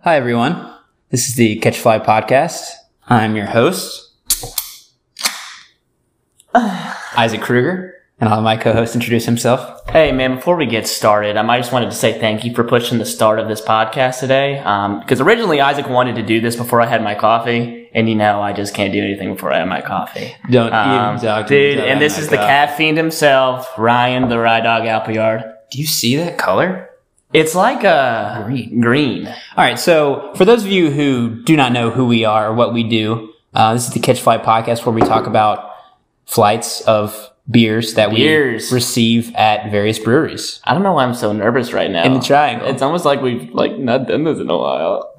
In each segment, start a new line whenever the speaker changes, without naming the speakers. Hi, everyone. This is the Catch Fly podcast. I'm your host, Isaac Kruger, and I'll have my co host introduce himself.
Hey, man, before we get started, um, I just wanted to say thank you for pushing the start of this podcast today. Because originally, Isaac wanted to do this before I had my coffee. And you know, I just can't do anything before I have my coffee.
Don't
Um,
even talk to me
dude,
about
and this
my
is the
coffee.
cat fiend himself, Ryan the Rye Dog Appleyard.
Do you see that color?
It's like a
Green.
green.
All right. So, for those of you who do not know who we are or what we do, uh, this is the Catch Fly podcast where we talk about flights of beers that
Beers.
we receive at various breweries
I don't know why I'm so nervous right now.
in the triangle.
it's almost like we've like not done this in a while.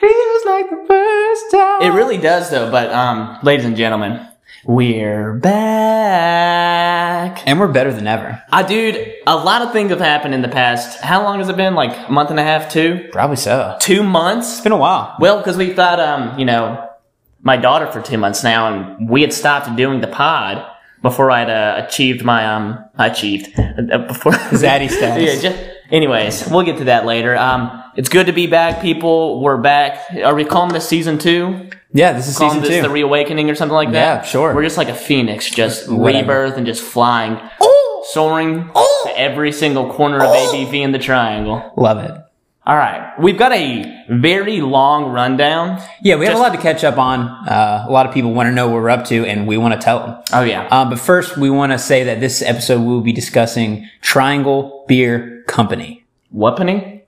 feels like the first time.
It really does though, but um, ladies and gentlemen, we're back.
and we're better than ever.
I dude, a lot of things have happened in the past. How long has it been? Like a month and a half, two,
Probably so.
two months.
It's been a while.
Well, because we've got um, you know, my daughter for two months now, and we had stopped doing the pod before I'd uh, achieved my um, I achieved uh, before
Zaddy status.
yeah. Just, anyways, we'll get to that later. Um, it's good to be back, people. We're back. Are we calling this season two?
Yeah, this is
Calling
season
this
two.
the reawakening or something like that?
Yeah, sure.
We're just like a phoenix, just
Whatever.
rebirth and just flying
Oh,
soaring to every single corner of ABV in the triangle.
love it.
All right, we've got a very long rundown.
Yeah, we have a
Just-
lot to catch up on. Uh, a lot of people want to know what we're up to, and we want to tell them.
Oh yeah,
Uh, but first, we want to say that this episode we will be discussing Triangle Beer Company.
Wappening?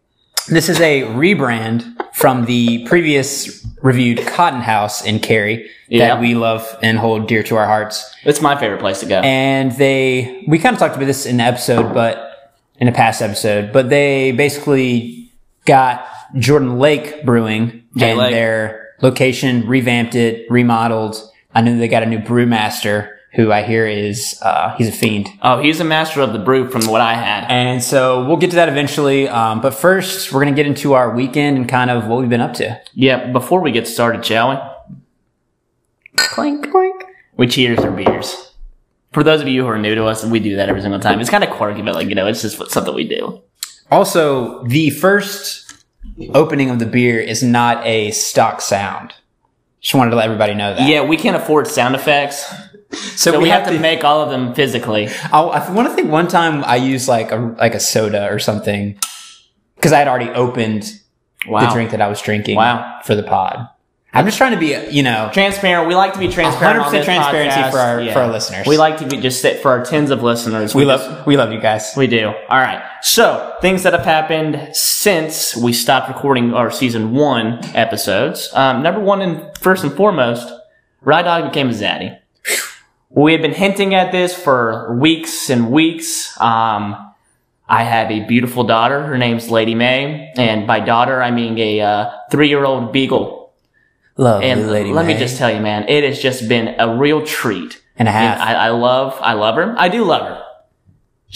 This is a rebrand from the previous reviewed Cotton House in Cary
Yeah.
that we love and hold dear to our hearts.
It's my favorite place to go.
and they we kind of talked about this in the episode but in a past episode but they basically got jordan lake brewing
Jay
and
Lake.
their location revamped it remodeled i know they got a new brewmaster who i hear is uh, he's a fiend
oh, he's a master of the brew from what I had.
and so we'll get to that eventually um, but first we're gonna get into our weekend and kind of what we've been up to
Yeah, before we get started, shall we?
clink clink
We cheers our beers. For those of you who are new to us, we do that every single time. It's kind of quirky, but like you know, it's just what- something we do.
also the first opening of the beer is not a stock sound just wanted to let everybody know that
Yeah, we can't afford sound effects,
So,
so we, have, to make all of them physically.
I, I want to think one time I used like a like a soda or something because I had already opened
Wow.
the drink that I was drinking.
Wow.
For the pod, I'm just trying to be you know
Transparent. We like to be
100
transparent. on this
percent transparency
podcast.
for our
Yeah.
for our listeners.
We like to be just sit for our tens of listeners.
we
just-
love we love you guys.
we do. All right. So things that have happened since we stopped recording our season one episodes. Um, number one and first and foremost, Rye Dog became a zaddy. We had been hinting at this for weeks and weeks. Um, I have a beautiful daughter. Her name's Lady May, and by daughter I mean a uh, three-year-old beagle.
Love
And let me just tell you, man, it has just been a real treat.
and a half.
And I, I love, I love her. I do love her.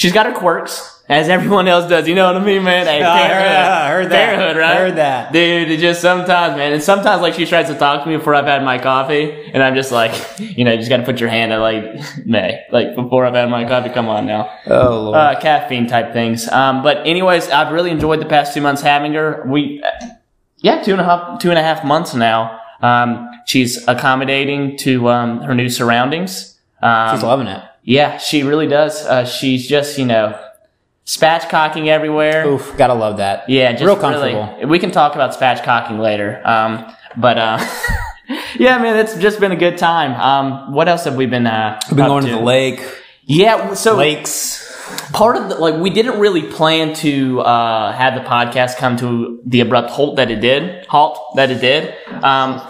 She's got her quirks, as everyone else does. You know what I mean, man? Hey,
Yeah, Oh, I heard-
parenthood.
I heard that.
Parenthood, right?
Heard that.
Dude, it just sometimes, man. And sometimes, like, she tries to talk to me before I've had my coffee, and I'm just like, you know, you just got to put your hand at, like, May, like, before I've had my coffee. Come on now
oh lord.
uh, caffeine type things. Um, but anyways, I've really enjoyed the past two months having her. We, yeah, two and a half, two and a half months now. Um, she's accommodating to um, her new surroundings. Um,
She's loving it.
yeah, she really does. Uh, she's just you know spatchcocking everywhere.
Oof, gotta love that.
Yeah, just
Real
really-
comfortable.
we can talk about spatchcocking later. Um, but uh, yeah, man, it's just been a good time. Um, what else have we been? Uh,
We've been
up
going to the lake,
Yeah, so
lakes.
part of the, like we didn't really plan to uh, have the podcast come to the abrupt halt that it did halt that it did um,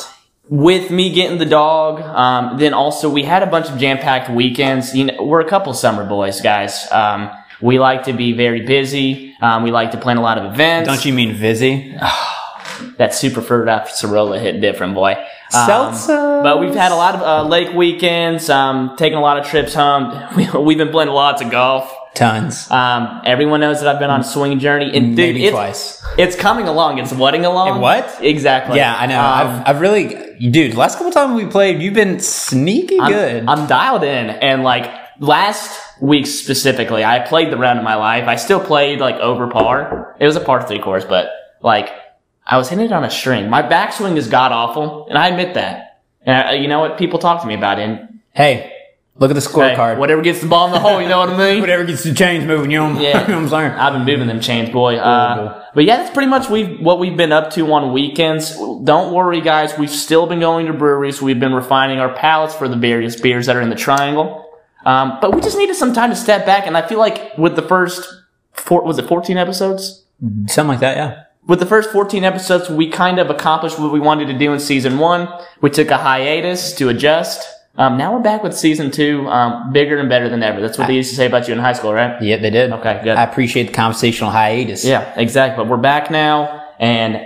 with me getting the dog um, then also we had a bunch of jam-packed weekends you know we're a couple summer boys guys um, we like to be very busy um, we like to plan a lot of events
Don't you mean Vizzy?
that super fruit after Cirola hit different boy Um,
Seltzer.
but we've had a lot of uh, lake weekends um, taking a lot of trips home we've been playing lots of golf
tons.
um, everyone knows that I've been on a swing journey, and dude,
Maybe
it's,
twice.
It's coming along. It's wedding along.
It what?
Exactly.
Yeah, I know.
Um,
I've, I've really, dude. Last couple times we played, you've been sneaky
I'm-
good.
I'm dialed in, and like last week specifically, I played the round of my life. I still played like over par. It was a par three course, but like I was hitting it on a string. My backswing is god awful, and I admit that. And I, you know what? People talk to me about it. And,
Hey, look at the
hey,
scorecard.
whatever gets the ball in the hole, you know what I mean?
Whatever gets the chains moving, you know, what I'm-
Yeah.
you know what I'm saying?
I've been moving them chains, boy.
boy.
Uh, but yeah, that's pretty much we what we've been up to on weekends. Don't worry, guys. We've still been going to breweries. We've been refining our palates for the various beers that are in the triangle. Um, but we just needed some time to step back, and I feel like with the first four, was it fourteen episodes?
Something like that, yeah.
With the first fourteen episodes, we kind of accomplished what we wanted to do in season one. We took a hiatus to adjust. Um, now we're back with season two, um, bigger and better than ever. That's what they used to say about you in high school, right?
Yeah, they did.
Okay, good.
I appreciate the conversational hiatus.
Yeah, exactly. But we're back now, and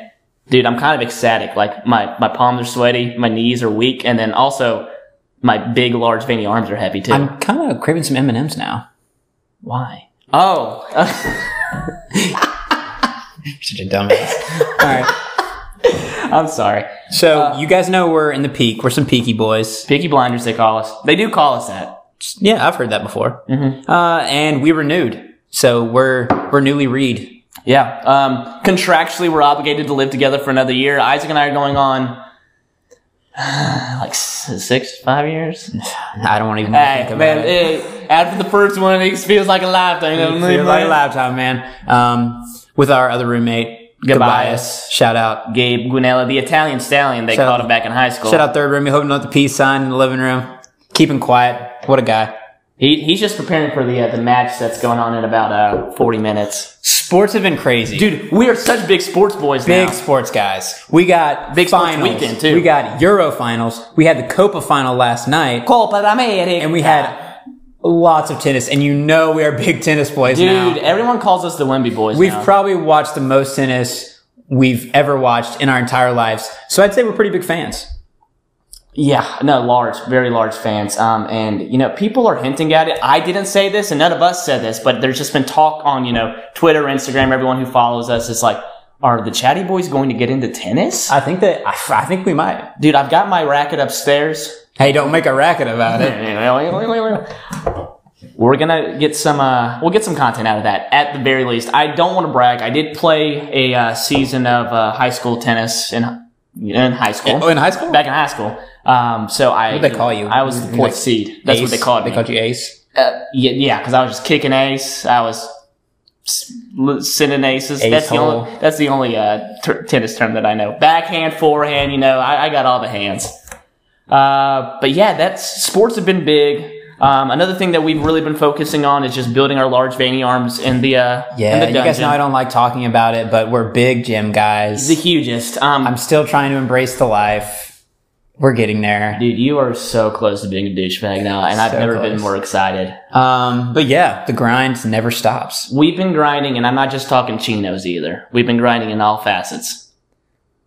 dude, I'm kind of ecstatic. Like my my palms are sweaty, my knees are weak, and then also my big, large, veiny arms are heavy too.
I'm kind of craving some M and M's now.
Why? Oh,
Such a dumbass. All right.
I'm sorry.
So you guys know we're in the peak. We're some peaky boys.
Picky blinders, they call us. They do call us that.
Yeah, I've heard that before. Uh, and we renewed. So we're we're newly read.
Yeah. Um, contractually, we're obligated to live together for another year. Isaac and I are going on. Like s- six, five years.
I don't want to even
Hey,
think about
man,
it.
eh, after the first one, it feels like a lifetime. you know what I mean,
Feels like
man?
a lifetime, man. Um, with our other roommate, Gobias. Shout out.
Gabe Guinella, the Italian stallion they
Shout out-
called him back in high school.
Shout out third roommate, holding up the peace sign in the living room, keeping quiet. What a guy.
He, he's just preparing for the uh, the match that's going on in about uh, 40 minutes.
Sports have been crazy.
Dude, we are such big sports boys
Big
now.
sports guys. We got
Big sports
finals.
weekend, too.
We got Euro finals. We had the Copa final last night,
Copa d'America.
and we had lots of tennis. And you know we are big tennis boys
Dude,
now.
everyone calls us the Wemby boys
We've
now.
probably watched the most tennis we've ever watched in our entire lives. So I'd say we're pretty big fans.
yeah, no, large, very large fans. Um, and, you know, people are hinting at it. I didn't say this, and none of us said this, but there's just been talk on, you know, Twitter, Instagram, everyone who follows us is like, are the chatty boys going to get into tennis?
I think that I, I think we might.
Dude, I've got my racket upstairs.
Hey, don't make a racket about it.
We're gonna get some. Uh, we'll get some content out of that at the very least. I don't want to brag. I did play a uh, season of uh, high school tennis in in high school.
Oh, in high school?
Back in high school. Um, so I.
What'd they call you?
I was the
Like
fourth seed. That's what
Ace?
they called me.
They called you Ace.
Uh, yeah, yeah, because I was just kicking ace. I was s- l- sending aces. That's the
Ace-hole.
only. That's the only uh, ter- tennis term that I know. Backhand, forehand. You know, I, I got all the hands. Uh, but yeah, that's sports have been big. Um, another thing that we've really been focusing on is just building our large veiny arms in the uh, in
Yeah,
the
you guys
dungeon.
know I don't like talking about it, but we're big gym guys.
the hugest. Um,
I'm still trying to embrace the life. We're getting there.
dude, you are so close to being a douchebag now, and I've
So
never been
close.
more excited.
Um, but yeah, the grind never stops.
We've been grinding, and I'm not just talking chinos either. We've been grinding in all facets.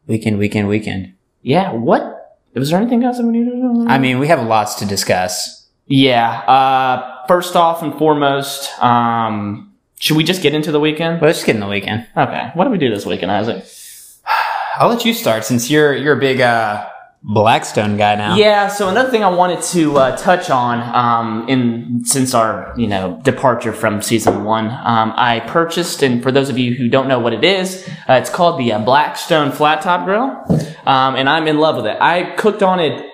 Weekend, weekend, weekend.
Yeah, what? Was there anything else that we needed to know?
I mean, we have lots to discuss.
yeah. Uh, first off and foremost, um, should we just get into the weekend?
But let's get in the weekend.
Okay. What did we do this weekend, Isaac?
I'll let you start since you're you're a big uh, Blackstone guy now.
Yeah. So another thing I wanted to uh, touch on, um, in since our you know departure from season one, um, I purchased, and for those of you who don't know what it is, uh, it's called the uh, Blackstone Flat Top Grill, um, and I'm in love with it. I cooked on it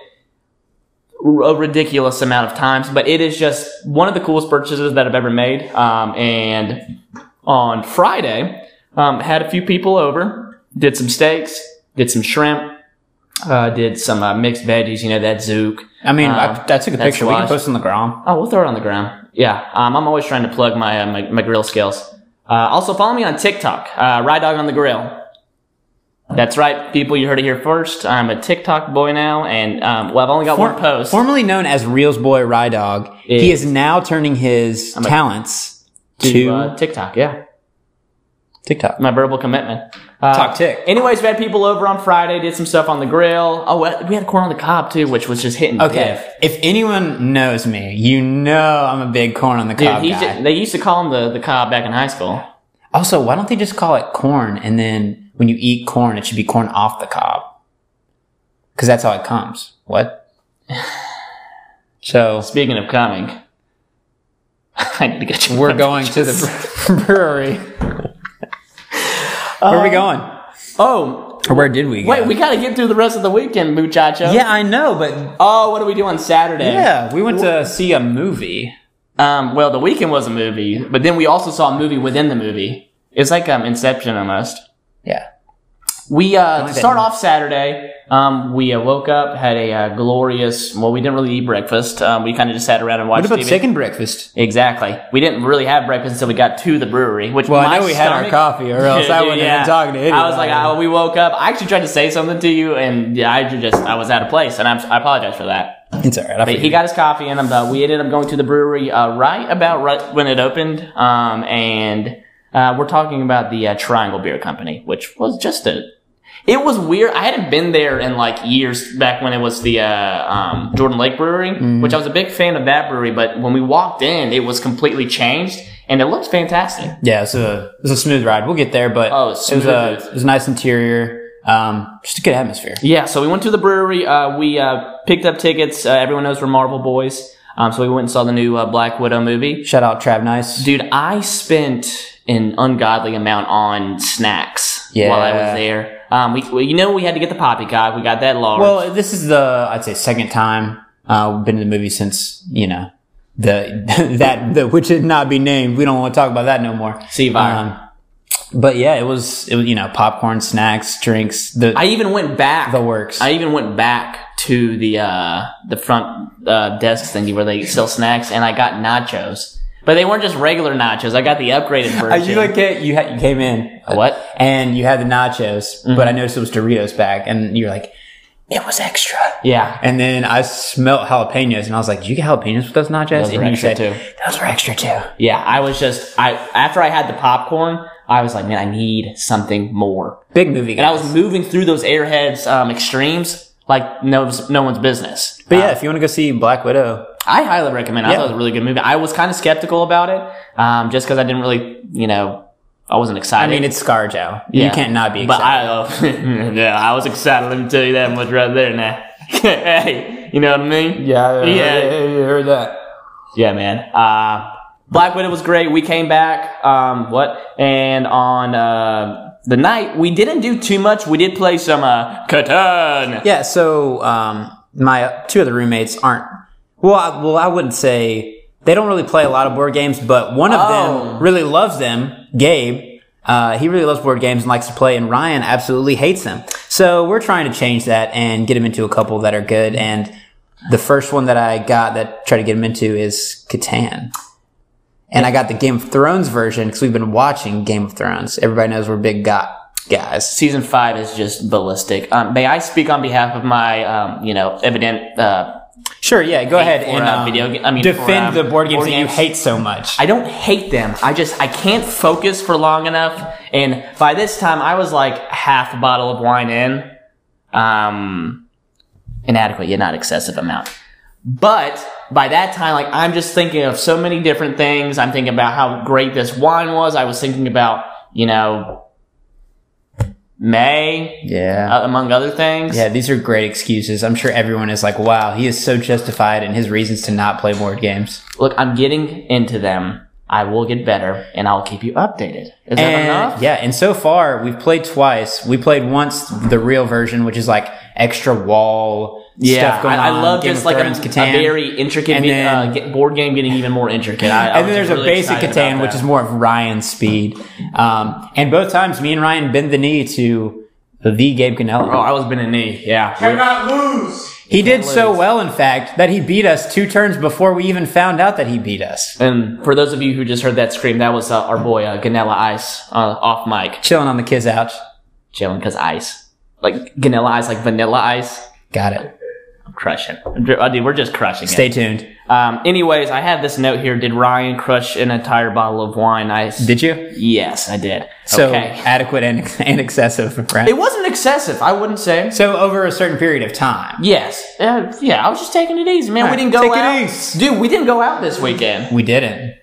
a ridiculous amount of times, but it is just one of the coolest purchases that I've ever made. Um, and on Friday, um, had a few people over, did some steaks, did some shrimp, uh, did some uh, mixed veggies, you know, that zook.
I mean,
Um,
I, I took a
that's
picture. We can
wise.
post on the Grom.
Oh, we'll throw it on the ground. Yeah, um, I'm always trying to plug my, uh, my, my grill skills. Uh, also, follow me on TikTok, uh, Rye Dog on the Grill. That's right, people, you heard it here first. I'm a TikTok boy now, and um, well, I've only got one post.
Formerly known as Reels Boy Rye Dog, he
Is-
is now turning his
a-
talents to,
to uh, TikTok. Yeah,
TikTok.
my verbal commitment. Uh,
Talk tick.
Anyways, we had people over on Friday, did some stuff on the grill. Oh, we had corn on the cob too, which was just hitting.
Okay. If anyone knows me, you know I'm a big corn on the
Dude,
cob
he
guy.
ju- they used to call him the, the cob back in high school.
also, why don't they just call it corn and then when you eat corn, it should be corn off the cob? Because that's how it comes. What? So
Speaking of coming, I need to get you.
we're going to the brewery. Where are we going?
Oh,
Or where did we go?
wait, we gotta get through the rest of the weekend, muchacho.
yeah, I know, but
Oh, what do we do on Saturday?
yeah, we went to see a movie.
Um, well, the weekend was a movie, but then we also saw a movie within the movie. It's like um, Inception almost.
Yeah.
We uh,
like that
start
name.
off Saturday. Um, we uh, woke up, had a uh, glorious. Well, we didn't really eat breakfast. Um, we kind of just sat around and watched
What about
TV.
second breakfast?
Exactly. We didn't really have breakfast until we got to the brewery. Which
Well,
my
I know we had our
stomach-
coffee, or else I wouldn't
Yeah.
have been talking to anybody.
I was like, I, we woke up. I actually tried to say something to you, and yeah, I just I was out of place, and I'm, I apologize for that.
it's all right. I
But
forgive
he
you.
got his coffee, and I'm done. We ended up going to the brewery uh, right about right when it opened, um, and uh, we're talking about the uh, Triangle Beer Company, which was just a. It was weird. I hadn't been there in like years back when it was the uh, um, Jordan Lake Brewery,
Mm-hmm.
which I was a big fan of that brewery. But when we walked in, it was completely changed, and it looked fantastic.
Yeah, it's a it's a smooth ride. We'll get there, but it
Oh,
was a
smooth.
it was a nice interior. Um, just a good atmosphere.
Yeah, so we went to the brewery. Uh, we uh, picked up tickets. Uh, everyone knows we're Marvel boys, um, so we went and saw the new uh, Black Widow movie.
Shout out Trav Nice.
Dude, I spent an ungodly amount on snacks
Yeah.
while I was there. Um, we, we, you know, we had to get the poppycock. We got that large.
Well, this is the I'd say second time uh, we've been to the movie since you know the that the which did not be named. We don't want to talk about that no more.
See you, Byron.
Um, but yeah, it was it was you know popcorn, snacks, drinks, the
I even went back.
the works.
I even went back to the uh, the front uh, desk thingy where they sell snacks, and I got nachos. But they weren't just regular nachos. I got the upgraded
Are
version.
you like it? You had, you came in
What?
and you had the nachos,
Mm-hmm.
but I noticed it was Doritos back, and you're like, it was extra.
yeah.
And then I smelt jalapenos, and I was like, "Did you get jalapenos with those nachos?"
Those
and
were
you
extra too.
"Those were extra too."
Yeah, I was just I after I had the popcorn, I was like, man, I need something more.
Big movie,
and I
guys.
was moving through those airheads um, extremes like no no one's business.
but yeah, if you want to go see Black Widow,
I highly recommend. it. I
Yeah.
thought it was a really good movie. I was kind of skeptical about it, um, just because I didn't really, you know, I wasn't
I
excited.
mean, it's ScarJo. You
Yeah.
can't not be
but
excited.
I, uh, yeah, I was excited. Let me tell you that much right there. Now, hey, you know what I mean?
yeah,
yeah, yeah,
you heard that.
Yeah, man. Uh, Black Widow was great. We came back. Um, what? And on uh, the night, we didn't do too much. We did play some uh, Catan.
Yeah. So um, my two other roommates aren't. Well, I, well, I wouldn't say they don't really play a lot of board games, but one of
Oh.
them really loves them. Gabe, uh, he really loves board games and likes to play, and Ryan absolutely hates them. So we're trying to change that and get him into a couple that are good. And the first one that I got that tried to get him into is Catan. And I got the Game of Thrones version because we've been watching Game of Thrones. Everybody knows we're big got guys.
season five is just ballistic. Um, may I speak on behalf of my, um, you know, evident? Uh,
Sure, yeah, go ahead and
uh,
um,
video ga- I mean,
defend
for, um,
the board games
board
that you
games.
hate so much.
I don't hate them. I just I can't focus for long enough. And by this time, I was like half a bottle of wine in. Um, inadequate, yet not excessive amount. But by that time, like I'm just thinking of so many different things. I'm thinking about how great this wine was. I was thinking about you know May
yeah.
uh, among other things.
Oh, yeah, these are great excuses. I'm sure everyone is like, wow, he is so justified in his reasons to not play board games.
look, I'm getting into them. I will get better, and I'll keep you updated. Is that
And-
enough?
yeah, and so far we've played twice. We played once the real version, which is like extra wall stuff going
I,
on.
I love
Game
just
of
like a,
Thrones,
a
Catan.
very intricate
And
vi-
then-
uh, get- board game getting even more intricate. I, I
and
was
then there's
really
a basic
excited about
Catan, which
that.
is more of Ryan's speed. Um, and both times, me and Ryan bend the knee to the Gabe Ganelli.
oh, I was been a knee. Yeah,
Cannot lose.
He did
can't
so
lose.
well, in fact, that he beat us two turns before we even found out that he beat us.
and for those of you who just heard that scream, that was uh, our boy uh, Ganella Ice uh, off mic
Chilling on the kids' ouch.
chilling because ice, like Ganella Ice, like vanilla ice.
Got it.
I'm crushing, Uh, dude. We're just crushing. it.
Stay tuned.
Um, anyways, I have this note here. Did Ryan crush an entire bottle of wine? I s-
Did you?
Yes, I did.
So
okay.
adequate and, and excessive, right?
It wasn't excessive, I wouldn't say.
so over a certain period of time,
Yes. Uh, yeah, I was just taking it easy, man. we
Alright,
didn't go
take it
out.
easy.
Dude, we didn't go out this weekend.
we didn't.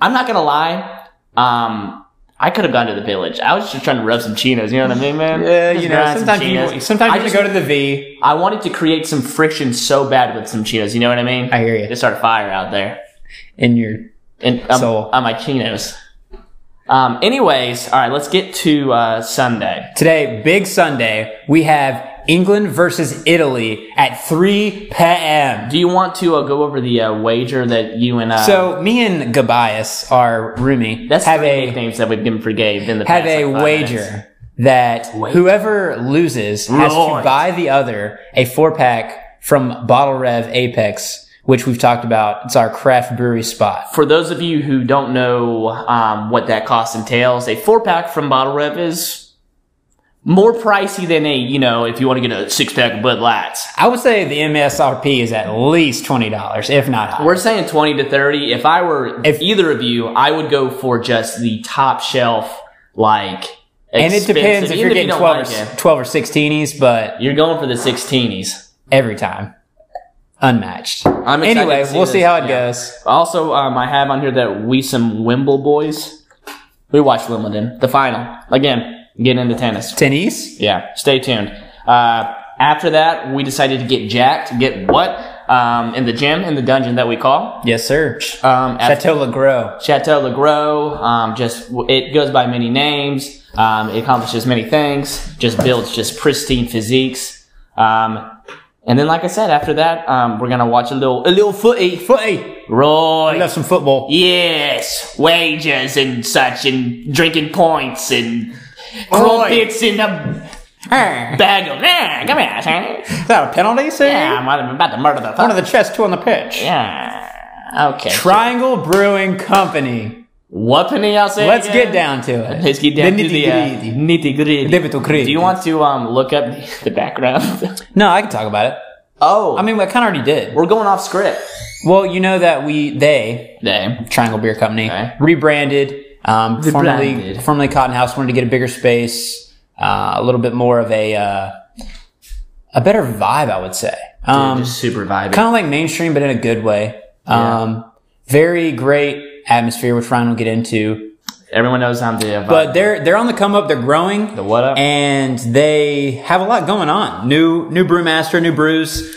I'm not going to lie. Um, I could have gone to the village. I was just trying to rub some chinos. You know what I mean, man?
Yeah,
Just
Uh, you know,
grind some
sometimes
chinos.
you, sometimes
I
you
just-
go to the V.
I wanted to create some friction so bad with some chinos. You know what I mean?
I hear
They
you.
start a fire out there.
In your
And um,
Soul.
on my chinos. Um, anyways, all right, let's get to uh, Sunday.
Today, big Sunday, we have England versus Italy at 3 p.m.
Do you want to uh, go over the uh, wager that you and I
So me and Gabias, our roomie,
that's
have
three
a
nicknames that we've given for Gabe in the
have
past,
a
like, five
wager
minutes.
that whoever loses has to
Lord.
buy the other a four pack from Bottle Rev Apex, which we've talked about. It's our craft brewery spot.
For those of you who don't know um, what that cost entails, a four pack from Bottle Rev is more pricey than a you know if you want to get a six pack of Bud Lights.
I would say the MSRP is at least twenty dollars, if not higher.
We're saying twenty to thirty. If I were
If-
either of you, I would go for just the top shelf, like.
and it depends
expensive,
if you're
even
getting
you don't
12,
like
or, 12 or 16s, but
it. You're going for the sixteenies.
every time, unmatched.
I'm excited
anyway,
to
we'll
this.
see how it
Yeah.
goes.
Also, um, I have on here that we some Wimble boys. We watched Wimbledon, the final. Again, get into tennis.
Tennis?
Yeah, stay tuned. Uh, after that, we decided to get jacked. Get what? Um, in the gym, in the dungeon that we call.
Yes, sir.
Um, at
Chateau Legros.
Chateau Le Gros. Um, just it goes by many names. Um, it accomplishes many things. Just builds just pristine physiques. Um, and then, like I said, after that, um, we're gonna watch a little a little footy.
Footy.
Roy.
I love some football.
Yes, wages and such, and drinking points and
Oi.
crumpets in a
Arr.
bag of. Yeah, come here, son.
Is that a penalty, sir?
Yeah, I'm about- I'm about to murder the.
One of the chest, two on the pitch.
yeah. Okay.
Triangle Brewing Company.
what penny I'll say?
Let's
again?
get down to it.
Let's get down
the
to the uh,
nitty-gritty.
nitty gritty.
Nitty-gritty.
Do you want to um look up the- the background?
No, I can talk about it.
oh,
I mean, I kind of already did.
we're going off script.
Well, you know that we they
Damn.
Triangle Beer Company
Okay.
rebranded. Um, formerly,
Rebranded.
formerly Cotton House wanted to get a bigger space, uh, a little bit more of a uh, a better vibe, I would say. Um,
Just super vibing.
kind of like mainstream, but in a good way.
Yeah.
Um, very great atmosphere, which Ryan will get into.
Everyone knows I'm the. Uh,
But they're they're on the come up. They're growing.
the what up?
and they have a lot going on. New new brewmaster, new brews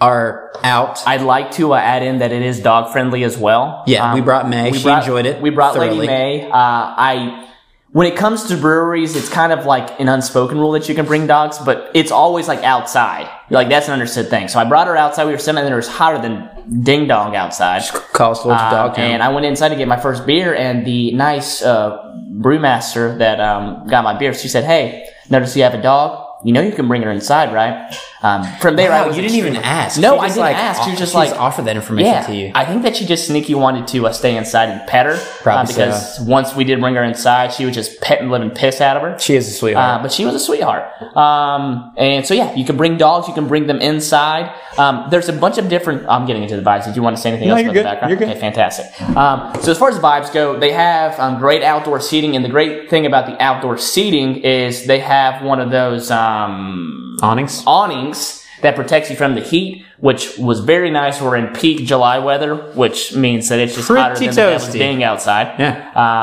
are out.
I'd like to uh, add in that it is dog friendly as well.
Yeah,
Um,
we brought Meg.
we
she
brought-
enjoyed it.
We brought
thoroughly.
Lady May. Uh, I. When it comes to breweries, it's kind of like an unspoken rule that you can bring dogs, but it's always like outside. Like that's an understood thing. So I brought her outside. We were sitting there; it was hotter than ding dong outside.
Call us Lord's
Um,
dog. Town.
and I went inside to get my first beer, and the nice uh, brewmaster that um, got my beer, she said, "Hey, notice you have a dog. You know you can bring her inside, right?" Um, from there, I
wow,
was
you didn't even
extremely-
ask.
No,
She
I
just,
didn't ask. She was just
she
like-
offered that information
Yeah,
to you.
I think that she just sneaky wanted to uh, stay inside and pet her.
Probably
uh, because once we did bring her inside, she was just petting living piss out of her.
she is a sweetheart.
Uh, but she was a sweetheart. Um, and so yeah, you can bring dogs, you can bring them inside. Um, there's a bunch of different. oh, I'm getting into the vibes. Did you want to say anything
No,
else
you're
about
good.
the background?
You're good.
Okay, fantastic. Um, so as far as vibes go, they have um, great outdoor seating, and the great thing about the outdoor seating is they have one of those. Um,
Awnings.
awnings that protects you from the heat, which was very nice. We're in peak July weather, which means that it's just hotter
Pretty
than the devil's
toasty.
ding outside.
Yeah.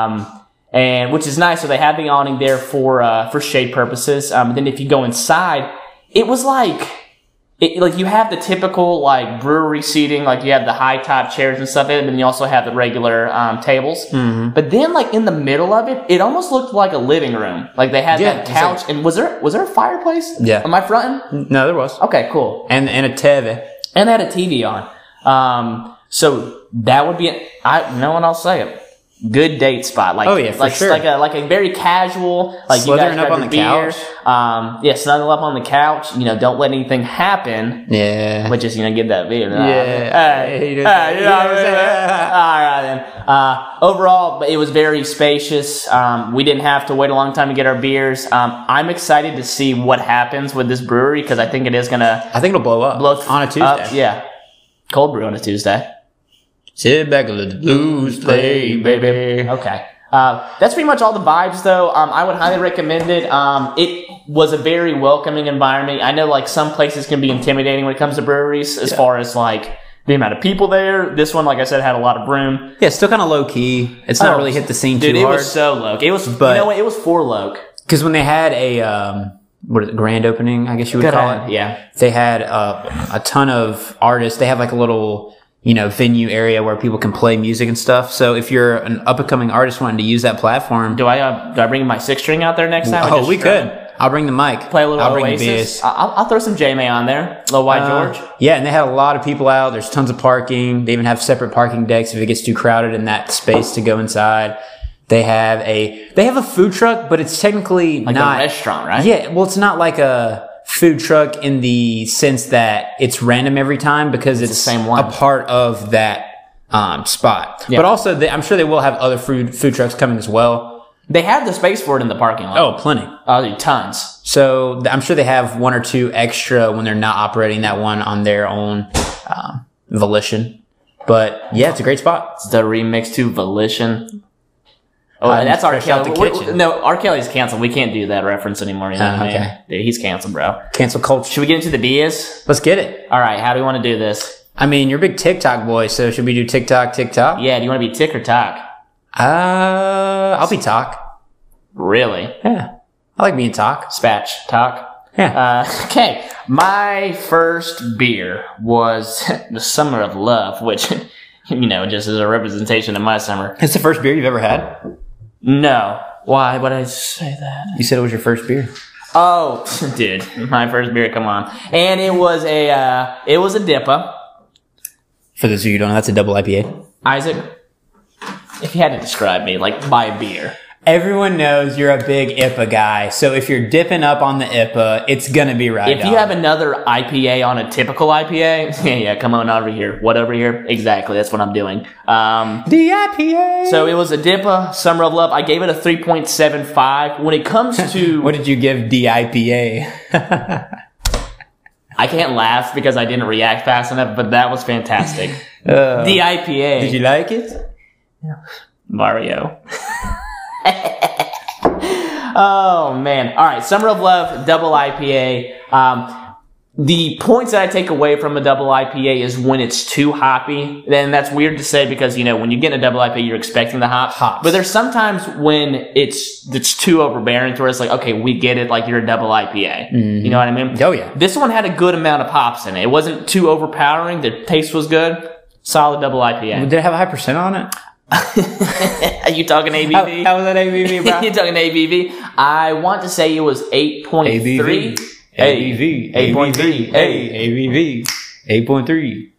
Um, and which is nice. So they have the awning there for uh, for shade purposes. Um, then if you go inside, it was like. It, like you have the typical like brewery seating, like you have the high top chairs and stuff, and then you also have the regular um, tables.
Mm-hmm.
But then, like in the middle of it, it almost looked like a living room. Like they had
Yeah,
that
it's like-
couch, and was there was there a fireplace?
Yeah. Mm-hmm.
Am I fronting?
No, there was.
Okay, cool.
And and a teve.
And they had a TV on. Um, so that would be I no one else say it. Good date spot, like
Oh, yeah, for
like
sure.
like a like a very casual, like
Slithering
you guys
up
grab
on
your
the
beer,
couch.
Um, yeah, snuggle up on the couch. You know, don't let anything happen.
Yeah.
But just you know, give that beer.
Yeah.
Hey,
You know-
hey, you know what I'm
Yeah.
saying? All right then. Uh, overall, it was very spacious. Um, we didn't have to wait a long time to get our beers. Um, I'm excited to see what happens with this brewery because I think it is gonna
I think it'll blow up.
blow th-
on a Tuesday.
up, yeah, cold brew on a Tuesday.
Sit back and let the blues play, baby.
Okay, uh, that's pretty much all the vibes, though. Um, I would highly recommend it. Um, it was a very welcoming environment. I know like some places can be intimidating when it comes to breweries, as far as like the amount of people there. This one, like I said, had a lot of room.
Yeah, still kind of low key. It's not
Oh,
really hit the scene
Dude,
too
it
hard.
was so low. It was,
But-
you know what? It was for low.
Because when they had a um, what is it, grand opening, I guess you would call it.
Yeah.
They had uh, a ton of artists. They have like a little you know, venue area where people can play music and stuff. So if you're an up and coming artist wanting to use that platform,
Do I uh, do I bring my six string out there next time? and
oh,
just
we
strum
could. I'll bring the mic.
Play a little
I'll bring the
Oasis.
bass.
I- I'll, I'll throw some J May on there. Little White
Uh,
George.
yeah, and they had a lot of people out. There's tons of parking. They even have separate parking decks if it gets too crowded in that space to go inside. They have a they have a food truck, but it's technically
Like
not
a restaurant, right?
Yeah, well, it's not like a food truck in the sense that it's random every time because it's,
the same one.
a part of that um, spot.
Yeah.
But also, they, I'm sure they will have other food food trucks coming as well.
They have the space for it in the parking lot.
Oh, plenty.
I'll do tons.
So th- I'm sure they have one or two extra when they're not operating that one on their own um, volition. But yeah, it's a great spot.
It's the remix to Volition. Oh,
I'm
that's R.
fresh out
Kelly.
the
We- we-
kitchen.
No, R. Kelly's canceled. We can't do that reference anymore. You know
Ah,
what I mean?
okay.
Dude, he's canceled, bro.
Cancel culture.
Should we get into the B's?
Let's get it.
All right, how do we want to do this?
I mean, you're a big TikTok boy, so should we do TikTok, TikTok?
Yeah, do you want to be tick or tock?
Uh, I'll be talk.
Really?
Yeah. I like being talk.
Spatch, talk.
Yeah.
Uh, okay, my first beer was the Summer of Love, which, you know, just is a representation of my summer.
it's the first beer you've ever had.
No. Why would I say that?
You said it was your first beer.
Oh, dude, my first beer. Come on, and it was a uh, it was a Dippa,
For those of you who don't know, that's a double IPA.
Isaac. If you had to describe me, like my beer,
Everyone knows you're a big IPA guy, so if you're dipping up on the IPA, it's gonna be right.
if you have another IPA on a typical IPA, yeah, yeah, come on over here. What over here? Exactly, that's what I'm doing. Um,
the IPA.
so it was a Dippa Summer of Love. I gave it a 3.75. When it comes to
What did you give DIPA?
I can't laugh because I didn't react fast enough, but that was fantastic.
Uh,
the IPA.
did you like it?
Mario. oh man! All right, Summer of Love Double IPA. Um, the points that I take away from a double IPA is when it's too hoppy. Then that's weird to say because you know when you get in a double IPA, you're expecting the hop.
Hops.
But there's sometimes when it's it's too overbearing to where it's like, okay, we get it. Like you're a double IPA. You know what I mean?
Oh, yeah.
This one had a good amount of hops in it. It wasn't too overpowering. The taste was good. Solid double IPA.
Did it have a high percent on it?
Are you talking
How,
ABV?
how was Oh, that ABV, bro?
You're talking ABV. I want to say it was 8.3.
ABV.
Hey,
ABV.
8.3. Hey.
Hey, ABV. 8.3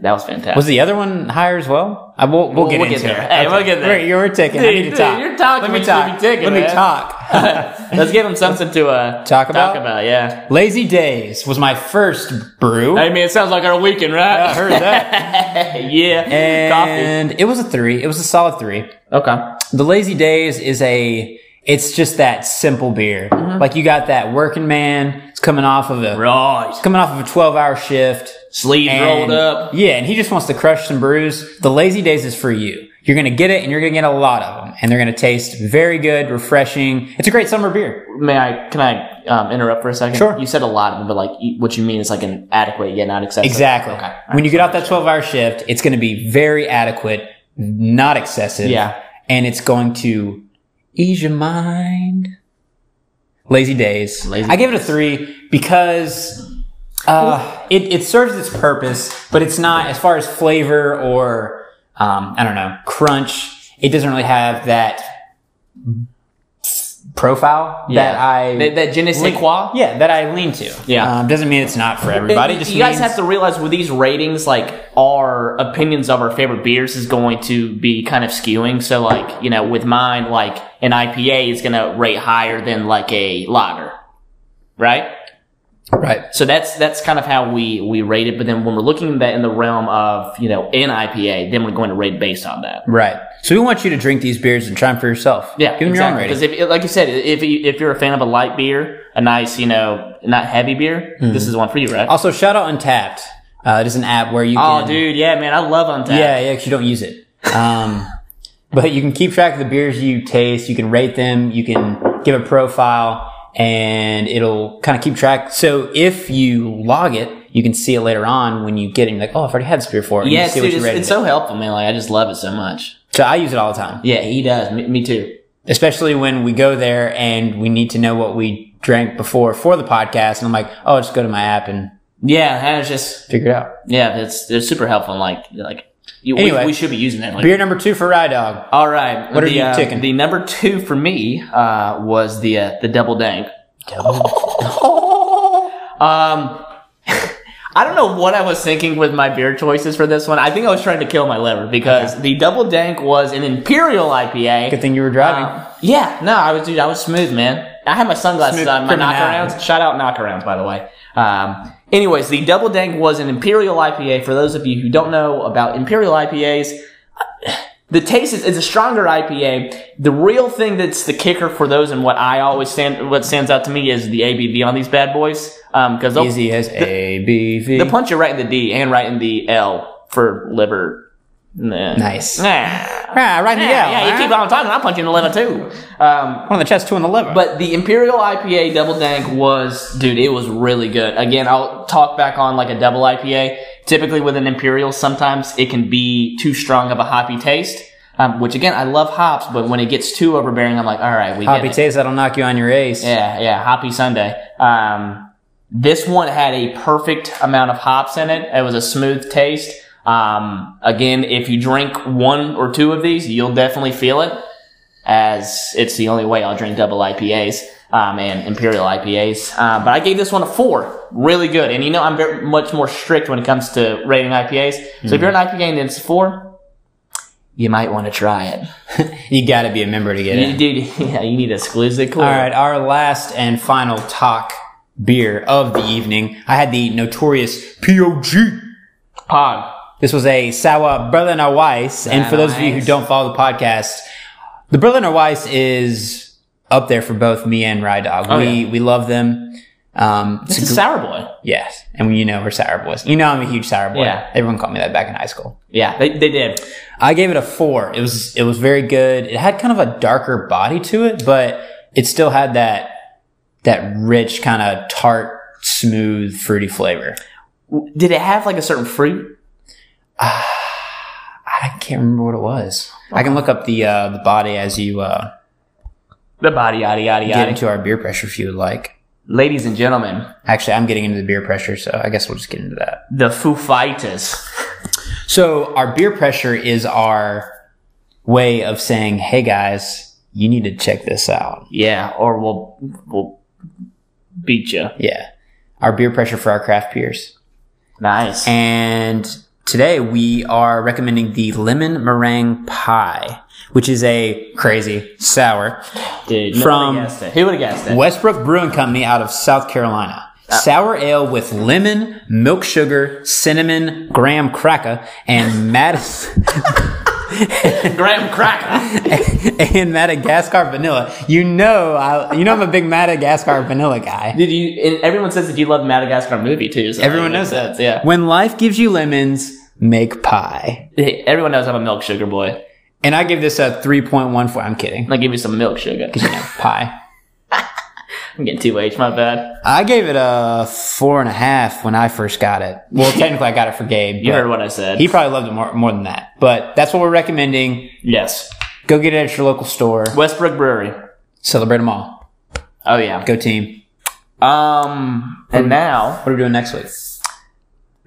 That was fantastic.
was the other one higher as well? I, we'll, we'll, get
We'll get
into
there.
it.
Hey, we'll get there.
We're, you're ticking. I
Dude,
need to
dude,
talk.
you're talking.
Let
We
me
should
talk.
be ticking,
Let me
man.
talk.
Let's give them something to uh,
Talk about?
yeah.
Lazy Days was my first brew.
I mean, it sounds like our weekend, right?
I heard that.
yeah.
And it was a three. It was a solid three.
Coffee. Okay.
The Lazy Days is a. It's just that simple beer.
Mm-hmm.
Like you got that working man. It's coming off of a
Right.
coming off of a twelve hour shift.
Sleeves rolled
And-
up.
Yeah, and he just wants to crush some brews. The Lazy Days is for you. You're gonna get it, and you're gonna get a lot of them, and they're gonna taste very good, refreshing. It's a great summer beer.
May I? Can I um, interrupt for a second?
Sure.
You said a lot of them, but like you- what you mean is like an adequate yet not excessive.
Exactly.
Okay.
When you get off that 12 hour shift, it's going to be very adequate, not excessive.
Yeah.
And it's going to ease your mind. Lazy days.
Lazy
I gave it a three because uh, it, it serves its purpose, but it's not, as far as flavor or, um, I don't know, crunch, it doesn't really have that profile
Yeah.
that I.
That, that je ne sais quoi?
yeah, that I lean to.
Yeah.
um, doesn't mean it's not for everybody. It just
you guys
means-
have to realize with these ratings, like our opinions of our favorite beers is going to be kind of skewing. So, like you know, with mine, like an IPA is going to rate higher than like a lager, right?
right.
So that's that's kind of how we we rate it. But then when we're looking at that in the realm of you know an IPA, then we're going to rate based on that.
Right. So we want you to drink these beers and try them for yourself.
Yeah,
Give them
exactly.
your own
Because
rating.
if, like you said, if you, if you're a fan of a light beer, a nice, you know, not heavy beer,
Mm-hmm.
this is one for you, right?
Also, shout out Untapped. Uh, it is an app where you
Oh,
can.
dude, yeah, man, I love Untapped.
Yeah, yeah, 'cause you don't use it. Um, but you can keep track of the beers you taste. You can rate them. You can give a profile and it'll kind of keep track. So if you log it, you can see it later on when you get it. You're like, oh, I've already had this beer before. and you
Yeah,
see
dude,
what you
it's,
rated
it's
it.
so helpful, man. Like I just love it so much.
so I use it all the time,
Yeah, he does. Me, me too.
especially when we go there and we need to know what we drank before for the podcast. And I'm like, oh, just go to my app and
Yeah, that is just
Figure it out.
yeah, it's it's super helpful. And like like you, we-
Anyway.
we, should be using that. Like,
Beer number two for Rye Dog.
all right,
What are
the,
you
uh,
ticking?
The number two for me uh, was the uh, the double dank. Um, I don't know what I was thinking with my beer choices for this one. I think I was trying to kill my liver because the double dank was an imperial IPA.
Good thing you were driving.
Uh, yeah, no, I was dude, I was smooth, man. I had my sunglasses
Smooth
on, my
criminal.
knockarounds. Shout out knockarounds, by the way. Um, anyways, the Double Dank was an Imperial IPA. For those of you who don't know about Imperial IPAs, the taste is, is a stronger IPA. The real thing that's the kicker for those, and what I always stand, what stands out to me is the ABV on these bad boys, because they'll
Easy as ABV.
they punch you right in Um, the D and right in the L for liver. Nah.
Nice.
Nah. Yeah,
Ah, right in the L,
yeah, you
huh?
keep on talking. I'll punch you in the liver too. Um,
One on the chest, two on the liver.
but the Imperial IPA Double Dank was, dude, it was really good. Again, I'll talk back on like a double IPA. Typically with an Imperial, sometimes it can be too strong of a hoppy taste. Um, which again, I love hops, but when it gets too overbearing, I'm like, all right, we
Hoppy
get it.
taste that'll knock you on your ace.
Yeah, yeah, Hoppy Sunday. Um, this one had a perfect amount of hops in it. It was a smooth taste. Um, again, if you drink one or two of these, you'll definitely feel it, as it's the only way I'll drink double IPAs um, and Imperial IPAs. Uh, but I gave this one a four. Really good. And you know, I'm very, much more strict when it comes to rating IPAs. So if you're an IPA and it's a four, you might want to try it.
You gotta be a member to get
You,
in.
dude, yeah, you need exclusive.
All right, our last and final talk beer of the evening. I had the notorious POG.
Pog.
This was a sour Berliner Weiss. And for those of you who
Nice.
don't follow the podcast, the Berliner Weiss is up there for both me and Rye Dog.
Oh,
we, we love them. Um, it's a
It's a sour boy.
Yes, and you know we're sour boys. You know I'm a huge sour boy.
Yeah.
everyone called me that back in high school.
Yeah, they, they did.
I gave it a four. It was it was very good. It had kind of a darker body to it, but it still had that that rich kind of tart, smooth, fruity flavor.
W- Did it have like a certain fruit?
I can't remember what it was. I can look up the uh, the body as you uh,
The body, yada, yada,
get
yada.
into our beer pressure if you would like.
Ladies and gentlemen,
Actually, I'm getting into the beer pressure, so I guess we'll just get into that.
the Foo Fighters.
So our beer pressure is our way of saying, "Hey guys, you need to check this out."
Yeah, or we'll, we'll beat you.
Yeah. Our beer pressure for our craft beers.
Nice.
And today we are recommending the lemon meringue pie, which is a crazy sour.
Dude,
from-
from guessed it. Who would have guessed it?
Westbrook Brewing Company out of South Carolina. Sour ale with lemon, milk sugar, cinnamon, graham cracker, and Madison
Graham Cracker.
and Madagascar vanilla. You know, I, you know, I'm a big Madagascar vanilla guy.
Did you? And everyone says that you love Madagascar movie too. so
Everyone
that
knows
makes
that.
sense, Yeah.
When life gives you lemons, make pie.
Hey, Everyone knows I'm a milk sugar boy.
And I give this a 3.14. I'm kidding.
I'll give you some milk sugar.
You know, pie.
I'm getting too H. My bad.
I gave it a four and a half when I first got it. Well, technically, I got it for Gabe.
You
but
heard what I said.
He probably loved it more, more than that. But that's what we're recommending.
yes.
Go get it at your local store.
Westbrook Brewery.
Celebrate them all.
Oh yeah.
Go team.
Um. And now
What are we doing next week?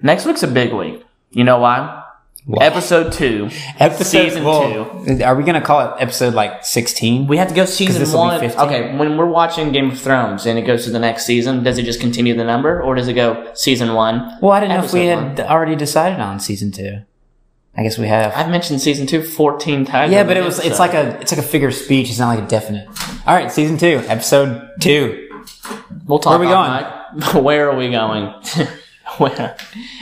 next week's a big week. You know why? Episode two.
Episode
Season
two. Are we going to call it episode like 16?
We have to go season
this'll be
one.
15.
Okay, when we're watching Game of Thrones and it goes to the next season, does it just continue the number or does it go season one?
Well, I didn't know if we
Episode
had already decided on season two. I guess we have.
I've mentioned season two 14 times.
Yeah,
on
but it
this
was it's
episode.
like a it's like a figure of speech. It's not like a definite. All right, season two, episode two.
we'll talk.
where are we
all night. Where are we going? where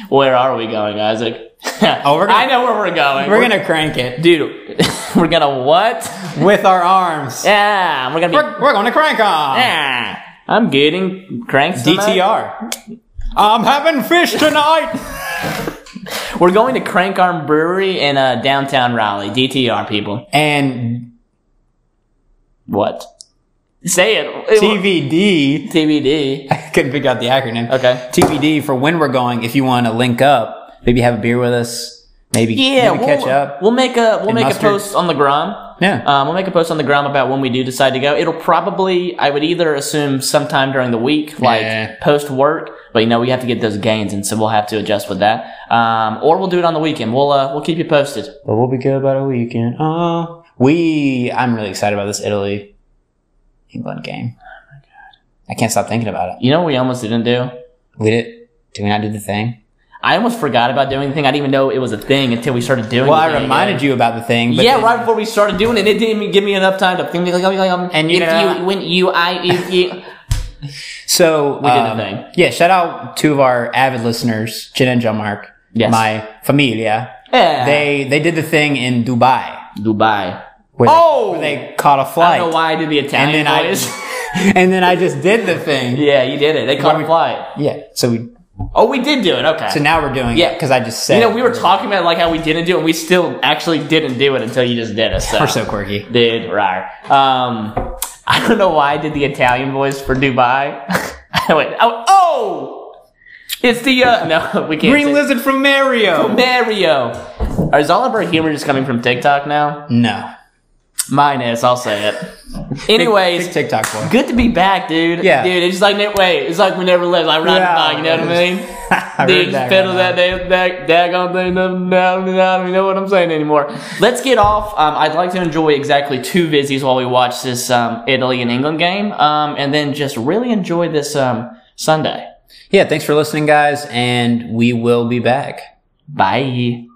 where are we going, Isaac?
Oh, we're gonna-
I know where we're going.
We're gonna crank it
dude. we're gonna what?
with our arms.
Yeah, we're gonna be.
We're, we're gonna crank on
Yeah. I'm getting cranks. tonight.
DTR. I'm having fish tonight.
We're going to Crank Arm Brewery in uh, downtown Raleigh. DTR people.
and
What? Say it. It-
TVD.
TBD.
I couldn't figure out the acronym.
Okay.
TVD for when we're going. If you want to link up, maybe have a beer with us. Maybe
Yeah,
maybe
we'll,
catch up.
We'll make a we'll make
mustard.
a post on the Grom.
Yeah.
Um, we'll make a post on the Grom about when we do decide to go. It'll probably I would either assume sometime during the week, like
Yeah.
post work, But you know, we have to get those gains, and so we'll have to adjust with that. Um, or we'll do it on the weekend. We'll uh, we'll keep you posted. But we'll be good about a weekend.
Uh, we, I'm really excited about this Italy England game. Oh my god! I can't stop thinking about it.
You know what we almost didn't do?
We did. Did we not do the thing?
I almost forgot about doing the thing. I didn't even know it was a thing until we started doing
Well,
the
I
thing.
reminded you about the thing. But
yeah, right before we started doing it, it didn't even give me enough time to think. Like, oh, yeah, um,
And you
if
know-
you, when you, I, if you.
So we
did the thing.
Yeah, shout out two of our avid listeners, Jen and John Mark.
Yes. Uh,
My familia.
Yeah.
They they did the thing in Dubai.
Dubai.
Where they-
Oh!
where they caught a
I
flight.
don't know why I did the
and
Italian
then
and
I and then I just did the thing. Yeah.
yeah, you did it. They caught
we-
a flight.
So we
Oh, we did do it. Okay.
so now we're doing
Yeah.
it because I just said
you know, we were talking about like how we didn't do it, and we still actually didn't do it until you just did it. So.
we're so quirky.
Dude, rar. Um, I don't know why I did the Italian voice for Dubai. I went, oh, oh! It's the, uh, no, we can't.
Green
say-
lizard from Mario.
Mario! Is all of our humor just coming from TikTok now?
No.
Mine is, I'll say it.
Big-
Anyways,
big TikTok boy.
good to be back, dude.
Yeah.
Dude, it's like, ne- wait, it's like we never left. Like, riding
Yeah.
the bike, you know what I mean?
I
Dude,
heard
just
that
pedal
right
that damn back, daggone thing. nothing, I don't I don't even know what I'm saying anymore. Let's get off. Um, I'd like to enjoy exactly two Vizzies while we watch this um, Italy and England game, um, and then just really enjoy this um, Sunday.
Yeah, thanks for listening, guys, and we will be back.
Bye.